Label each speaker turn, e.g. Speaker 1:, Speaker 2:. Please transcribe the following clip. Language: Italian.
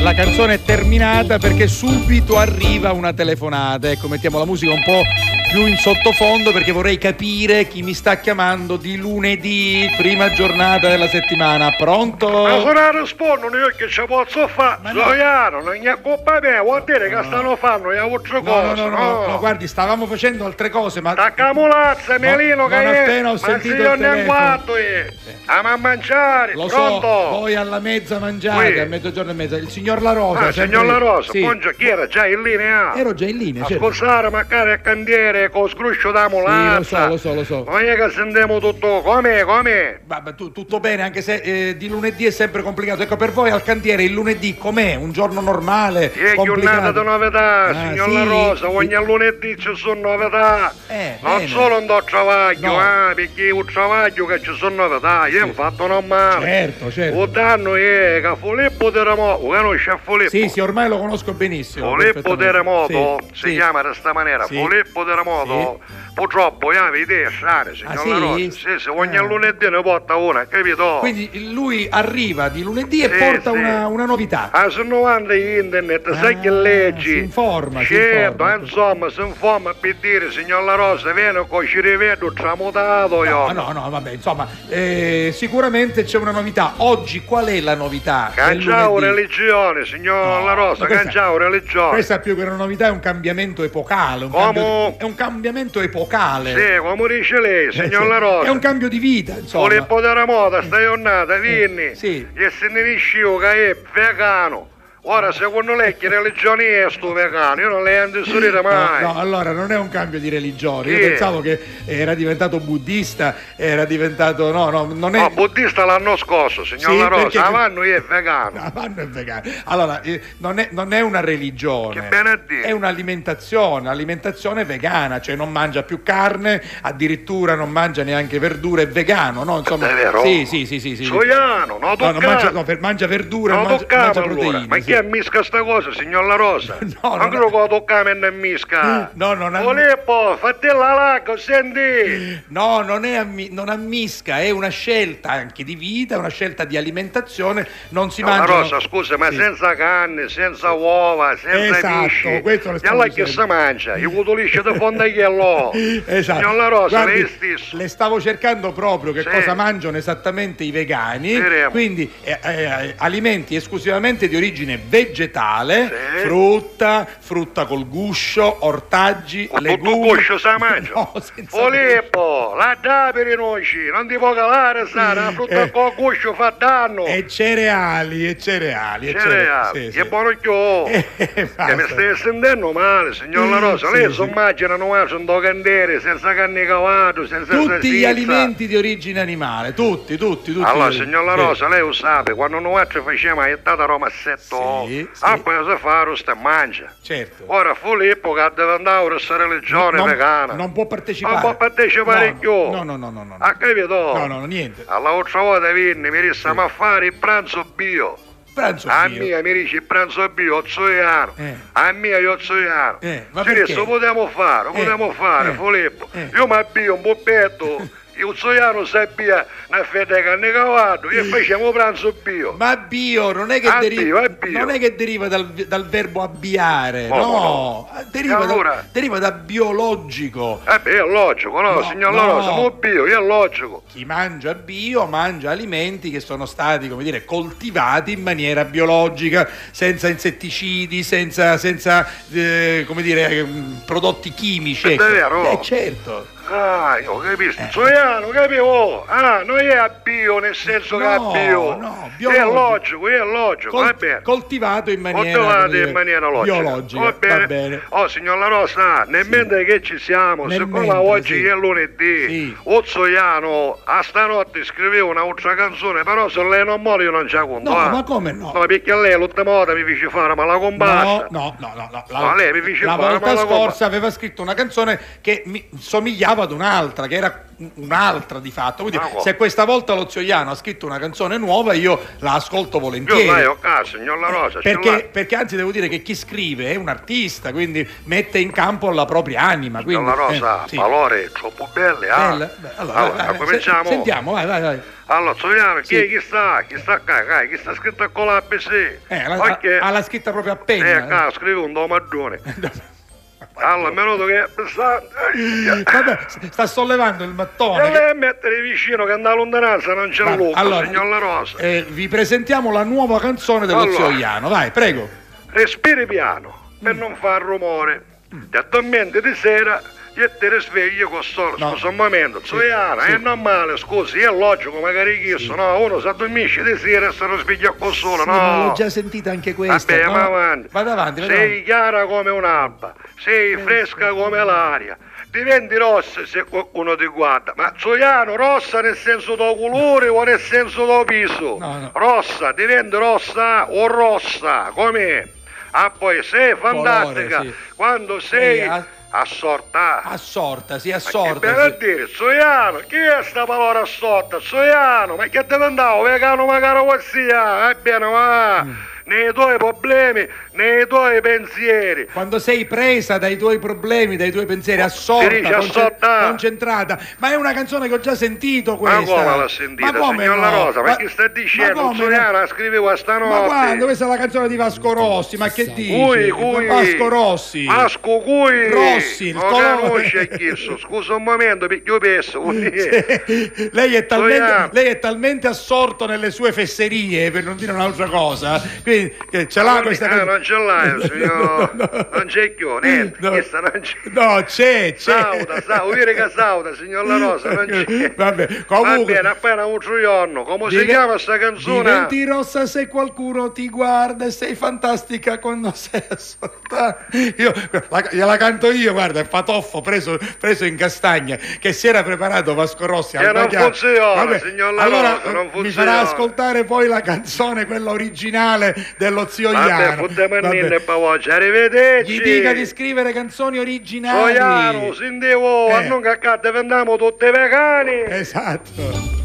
Speaker 1: la canzone è terminata perché subito arriva una telefonata. Ecco, mettiamo la musica un po' più in sottofondo perché vorrei capire chi mi sta chiamando di lunedì, prima giornata della settimana.
Speaker 2: Ma
Speaker 1: Pronto?
Speaker 2: se non rispondono io che ci posso fare?
Speaker 1: Oh. Ma no.
Speaker 2: Sono chiaro, non è colpa mia, vuol dire che stanno fanno è altra
Speaker 1: No, no,
Speaker 2: cosa,
Speaker 1: no, no, no, no, guardi, stavamo facendo altre cose, ma
Speaker 2: Tacca mulazza, Melino,
Speaker 1: non
Speaker 2: che è...
Speaker 1: appena ho
Speaker 2: ma
Speaker 1: sentito
Speaker 2: se io
Speaker 1: il
Speaker 2: ne
Speaker 1: telefono.
Speaker 2: guardo io. A ma mangiare,
Speaker 1: lo
Speaker 2: pronto?
Speaker 1: so, voi alla mezza mangiate,
Speaker 2: Sì.
Speaker 1: a mezzogiorno e mezza. Il signor La Rosa.
Speaker 2: ah,
Speaker 1: sempre
Speaker 2: signor La
Speaker 1: lì.
Speaker 2: Rosa,
Speaker 1: Sì.
Speaker 2: buongiorno, chi era già in linea?
Speaker 1: Ero già in linea, certo.
Speaker 2: Ascoltare magari a candiere con scruscio da mulazza.
Speaker 1: lo so, lo so, lo so.
Speaker 2: Non è che sentiamo tutto, come, come?
Speaker 1: Ma- ma tu- tutto bene, anche se eh, di lunedì è sempre complicato. Ecco, per voi al cantiere il lunedì com'è? Un giorno normale?
Speaker 2: È
Speaker 1: complicato?
Speaker 2: giornata di novità,
Speaker 1: Ah,
Speaker 2: signor
Speaker 1: sì?
Speaker 2: La Rosa, ogni
Speaker 1: Sì.
Speaker 2: lunedì ci sono novità.
Speaker 1: Eh,
Speaker 2: non
Speaker 1: bene.
Speaker 2: solo un do travaglio,
Speaker 1: No.
Speaker 2: eh, perché il travaglio che ci sono novità, io ho fatto non male.
Speaker 1: Certo, certo.
Speaker 2: Un danno è che Filippo De Ramo, conosce Filippo?
Speaker 1: Sì, sì, ormai lo conosco benissimo.
Speaker 2: Filippo
Speaker 1: perfettamente.
Speaker 2: Terremoto
Speaker 1: Sì,
Speaker 2: si
Speaker 1: sì.
Speaker 2: chiama in questa maniera
Speaker 1: Sì.
Speaker 2: Filippo Terremoto purtroppo io vedi sane signor
Speaker 1: Ah, sì?
Speaker 2: La Rosa sì sì ogni
Speaker 1: Ah.
Speaker 2: lunedì ne porta una capito
Speaker 1: Quindi lui arriva di lunedì e
Speaker 2: Sì,
Speaker 1: porta
Speaker 2: sì.
Speaker 1: una, una novità.
Speaker 2: Ah, se non andi in internet,
Speaker 1: Ah,
Speaker 2: sai che leggi?
Speaker 1: si informa, si
Speaker 2: certo,
Speaker 1: informa.
Speaker 2: eh, insomma, si informa per dire, signor La Rosa, vieni che ci rivedo tramutato
Speaker 1: No,
Speaker 2: io.
Speaker 1: no, no, vabbè, insomma, eh, sicuramente c'è una novità. Oggi qual è la novità? del
Speaker 2: Canciao
Speaker 1: lunedì?
Speaker 2: religione, signor
Speaker 1: No,
Speaker 2: La Rosa,
Speaker 1: ma questa-
Speaker 2: canciao religione.
Speaker 1: Questa più che una novità è un cambiamento epocale. Un
Speaker 2: Come?
Speaker 1: cambio- è un cambiamento epocale.
Speaker 2: Sì, come dice lei, signor
Speaker 1: Eh, sì.
Speaker 2: La Rosa.
Speaker 1: È un cambio di vita, insomma. Eh,
Speaker 2: Filippo Terremoto, stai giornata, vieni.
Speaker 1: sì.
Speaker 2: E se ne discio che è vegano. Ora, secondo lei, che religione è sto vegano? Io non le ando a sorridere mai.
Speaker 1: No, no, allora non è un cambio di religione. Io
Speaker 2: Sì.
Speaker 1: pensavo che era diventato buddista, era diventato. No, no, non è.
Speaker 2: No, buddista l'anno scorso, signor
Speaker 1: Sì,
Speaker 2: La
Speaker 1: perché-
Speaker 2: Rosa. Avanno io è vegano.
Speaker 1: Ah, vanno e vegano. Allora, eh, non, è, non è una religione,
Speaker 2: Che bene a dire.
Speaker 1: è un'alimentazione, alimentazione vegana, cioè non mangia più carne, addirittura non mangia neanche verdure, è vegano, no? Insomma,
Speaker 2: È vero?
Speaker 1: sì, sì, sì, sì, sì.
Speaker 2: Soiano, no,
Speaker 1: No,
Speaker 2: toccamo.
Speaker 1: non mangia, no, per- mangia verdure,
Speaker 2: No,
Speaker 1: non mangia,
Speaker 2: toccamo
Speaker 1: mangia
Speaker 2: allora.
Speaker 1: proteine.
Speaker 2: Ma
Speaker 1: sì.
Speaker 2: chi ammisca sta cosa, signor La Rosa?
Speaker 1: No,
Speaker 2: non
Speaker 1: non-
Speaker 2: credo che lo toccamo e non misca.
Speaker 1: Mm, No, non am-
Speaker 2: Filippo, fatti la lacca, senti.
Speaker 1: No, non, è ammi- non ammisca, è una scelta anche di vita, una scelta di alimentazione, non si
Speaker 2: La
Speaker 1: mangia.
Speaker 2: Rosa, scusa, ma senza carne, senza uova, senza
Speaker 1: Esatto,
Speaker 2: pesci.
Speaker 1: questo lo
Speaker 2: E
Speaker 1: stavo
Speaker 2: allora che
Speaker 1: dicendo.
Speaker 2: si mangia? I cutolisci di fondagliello.
Speaker 1: Esatto.
Speaker 2: Signor La Rosa,
Speaker 1: Guardi,
Speaker 2: lei stesso.
Speaker 1: le stavo cercando proprio che
Speaker 2: Sì.
Speaker 1: cosa mangiano esattamente i vegani,
Speaker 2: Vedremo.
Speaker 1: quindi eh, eh, alimenti esclusivamente di origine vegetale,
Speaker 2: Sì.
Speaker 1: frutta, frutta col guscio, ortaggi,
Speaker 2: Con tutto
Speaker 1: legumi.
Speaker 2: guscio si mangia.
Speaker 1: No, senza
Speaker 2: Filippo, la dà per i noci, non ti può calare, sa, la frutta
Speaker 1: Eh.
Speaker 2: con guscio fa danno.
Speaker 1: E cereali, e cereali, e
Speaker 2: Cerea,
Speaker 1: cereali. Eh, certo, Sì,
Speaker 2: che
Speaker 1: sì.
Speaker 2: buono chio.
Speaker 1: Eh,
Speaker 2: Che mi
Speaker 1: basta.
Speaker 2: stai sentendo male, signor La Rosa.
Speaker 1: Sì,
Speaker 2: Lei
Speaker 1: sì.
Speaker 2: si immagina non ha un candere, senza carne cavato, senza
Speaker 1: Tutti gli
Speaker 2: salsiccia.
Speaker 1: alimenti di origine animale, tutti, tutti, tutti.
Speaker 2: Allora,
Speaker 1: gli-
Speaker 2: signor La
Speaker 1: Sì.
Speaker 2: Rosa, lei lo sa, quando noi ci facciamo la a Romassetto,
Speaker 1: Sì, sì.
Speaker 2: ah, poi cosa fa? Rosta e mangia.
Speaker 1: Certo.
Speaker 2: Ora Filippo che deve andare a questa religione
Speaker 1: non,
Speaker 2: vegana.
Speaker 1: non può partecipare.
Speaker 2: Non può partecipare
Speaker 1: No,
Speaker 2: più.
Speaker 1: No, no, no, no, no.
Speaker 2: Ha capito?
Speaker 1: No, no, no, niente.
Speaker 2: Alla volta volta vieni, mi ristiamo a fare il pranzo bio.
Speaker 1: Pranzo
Speaker 2: A
Speaker 1: bio.
Speaker 2: mia mi dice il pranzo bio, zoiano.
Speaker 1: Eh.
Speaker 2: A mia io zoiano.
Speaker 1: Eh, ma
Speaker 2: Ci
Speaker 1: perché?
Speaker 2: adesso potremmo fare,
Speaker 1: Eh,
Speaker 2: potremmo fare,
Speaker 1: eh,
Speaker 2: Filippo.
Speaker 1: eh.
Speaker 2: Io mi abbio un buppetto, io zoiano si abbia una fetta di carne cavato
Speaker 1: Eh.
Speaker 2: e facciamo pranzo bio.
Speaker 1: Ma bio non è che,
Speaker 2: Abbio,
Speaker 1: deriva,
Speaker 2: abbio.
Speaker 1: non è che deriva dal, dal verbo abbiare,
Speaker 2: No,
Speaker 1: no,
Speaker 2: no.
Speaker 1: Deriva,
Speaker 2: E allora?
Speaker 1: da, deriva da biologico.
Speaker 2: Eh beh, è logico, no,
Speaker 1: No,
Speaker 2: signor
Speaker 1: no.
Speaker 2: Loro, siamo bio, è logico.
Speaker 1: Chi mangia bio mangia alimenti che sono stati, come dire, coltivati in maniera biologica, senza insetticidi, senza, senza, eh, come dire, ehm, prodotti chimici.
Speaker 2: Eh,
Speaker 1: ecco.
Speaker 2: davvero?
Speaker 1: Eh, certo.
Speaker 2: Ah, io ho
Speaker 1: Eh.
Speaker 2: capito, zoiano, capivo. Ah, non è abbio nel senso che
Speaker 1: No,
Speaker 2: abbio.
Speaker 1: no,
Speaker 2: è
Speaker 1: biologico.
Speaker 2: logico, è logico,
Speaker 1: Col-
Speaker 2: va bene.
Speaker 1: coltivato in maniera,
Speaker 2: Coltivate
Speaker 1: come dire,
Speaker 2: in maniera logica.
Speaker 1: biologica.
Speaker 2: Va bene. Oh, signor La Rosa, nel mentre che ci siamo,
Speaker 1: Nel
Speaker 2: siccome
Speaker 1: mentre,
Speaker 2: oggi
Speaker 1: sì.
Speaker 2: è lunedì,
Speaker 1: Sì.
Speaker 2: Ozzoiano a stanotte scriveva un'altra canzone, però se lei non muore io non ci conto.
Speaker 1: No,
Speaker 2: eh.
Speaker 1: ma come no?
Speaker 2: No, perché lei l'ultima volta mi fece fare, ma la comparsa.
Speaker 1: No, no, no, no, no.
Speaker 2: Ma lei mi dice
Speaker 1: la
Speaker 2: fare, ma
Speaker 1: volta
Speaker 2: la
Speaker 1: scorsa aveva scritto una canzone che mi somigliava sabato un'altra, che era un'altra di fatto. Quindi,
Speaker 2: Ma come?
Speaker 1: se questa volta lo zio Iano ha scritto una canzone nuova, io la ascolto volentieri.
Speaker 2: Io vai a casa, signor La Rosa, ce l'ha.
Speaker 1: Eh, Perché, perché anzi devo dire che chi scrive è un artista, quindi mette in campo la propria anima. Quindi,
Speaker 2: Signor La Rosa,
Speaker 1: eh, sì.
Speaker 2: valore troppo belle, ah.
Speaker 1: Bella? Beh, allora, vai, vai, vai.
Speaker 2: cominciamo.
Speaker 1: Se- sentiamo, vai, vai, vai.
Speaker 2: Allora, Sogliano, chi,
Speaker 1: Sì.
Speaker 2: chi sta? Chi sta qua? Dai, Chi sta scritto con la ABC?
Speaker 1: Eh, la-
Speaker 2: Perché?
Speaker 1: ha la scritta proprio a penna.
Speaker 2: Eh, qua, scrive un domagione. Allora, menudo che eh, sta...
Speaker 1: Vabbè, s- sta sollevando il mattone.
Speaker 2: E lei a eh, mettere vicino che andava a lontananza non c'è
Speaker 1: Vabbè,
Speaker 2: l'uomo,
Speaker 1: allora,
Speaker 2: signor La Rosa.
Speaker 1: eh, vi presentiamo la nuova canzone dello
Speaker 2: Allora.
Speaker 1: zio Iano. Vai, prego.
Speaker 2: Respiri piano per non far rumore.
Speaker 1: Mm.
Speaker 2: Ti addormenti di sera e te ne svegli con solo
Speaker 1: No.
Speaker 2: scusa un momento. Zoiana,
Speaker 1: sì.
Speaker 2: è normale, scusi, è logico, magari chi no, uno si addormisce di sera e se lo sveglia con solo, no.
Speaker 1: Ma L'ho già sentita anche questa.
Speaker 2: Vabbè,
Speaker 1: no?
Speaker 2: ma avanti.
Speaker 1: Vado avanti, vado
Speaker 2: Sei chiara come un'alba, sei fresca come l'aria. Diventi rossa se qualcuno ti guarda, ma Zoiano rossa nel senso del colore o nel senso del viso?
Speaker 1: No, no.
Speaker 2: Rossa, diventi rossa o rossa, com'è? Ah, poi sei fantastica
Speaker 1: Colore, sì.
Speaker 2: quando sei
Speaker 1: Sì, a-
Speaker 2: assortata.
Speaker 1: Assorta, sì,
Speaker 2: Che bello
Speaker 1: assorta.
Speaker 2: a dire, Zoiano, chi è sta parola assorta? Zoiano, ma che deve andare? Vegano magari qualsiasi, ebbene va,
Speaker 1: Mm.
Speaker 2: nei tuoi problemi, nei tuoi pensieri.
Speaker 1: Quando sei presa dai tuoi problemi, dai tuoi pensieri,
Speaker 2: dice
Speaker 1: assorta,
Speaker 2: assorta.
Speaker 1: concentrata. Ma è una canzone che ho già sentito
Speaker 2: Ma
Speaker 1: questa.
Speaker 2: come l'ha sentita,
Speaker 1: Ma come
Speaker 2: signor La
Speaker 1: no?
Speaker 2: Rosa? Ma, che sta
Speaker 1: ma
Speaker 2: dicendo?
Speaker 1: come no?
Speaker 2: Zoiano la scriveva stanotte.
Speaker 1: Ma guarda, questa è la canzone di Vasco Rossi, ma che dici?
Speaker 2: Cui, cui.
Speaker 1: Vasco Rossi.
Speaker 2: Vasco Cui.
Speaker 1: Rossi, il
Speaker 2: Non
Speaker 1: colore.
Speaker 2: conosce chiesto, scusa un momento, perché io penso. cui.
Speaker 1: Sì, lei, è
Speaker 2: Troviamo.
Speaker 1: talmente, lei è talmente assorto nelle sue fesserie per non dire un'altra cosa quindi che ce l'ha
Speaker 2: Ah,
Speaker 1: questa
Speaker 2: ah,
Speaker 1: cosa
Speaker 2: non ce l'hai, signor. Non c'è più, niente,
Speaker 1: No.
Speaker 2: questa non c'è.
Speaker 1: no c'è c'è
Speaker 2: Sauda, sauda, dire che sauda, signor La Rosa, non c'è.
Speaker 1: Vabbè, comunque-
Speaker 2: Va bene, appena un giorno, come si
Speaker 1: Diven-
Speaker 2: chiama sta canzone?
Speaker 1: Diventi rossa se qualcuno ti guarda e sei fantastica quando sei assortata. Io la, gliela canto io, guarda, è Patoffo preso, preso in castagna che si era preparato Vasco Rossi al
Speaker 2: Che non
Speaker 1: bagliato.
Speaker 2: funziona, signor La
Speaker 1: allora
Speaker 2: Rosa, non
Speaker 1: mi
Speaker 2: funziona.
Speaker 1: farà ascoltare poi la canzone, quella originale dello zio
Speaker 2: Vabbè,
Speaker 1: Iano.
Speaker 2: fotte mannina
Speaker 1: Vabbè.
Speaker 2: e pavoggia, arrivederci.
Speaker 1: Gli dica di scrivere canzoni originali.
Speaker 2: Soiano, sentivo,
Speaker 1: Eh.
Speaker 2: a non caccate, vendiamo tutti vegani.
Speaker 1: Esatto.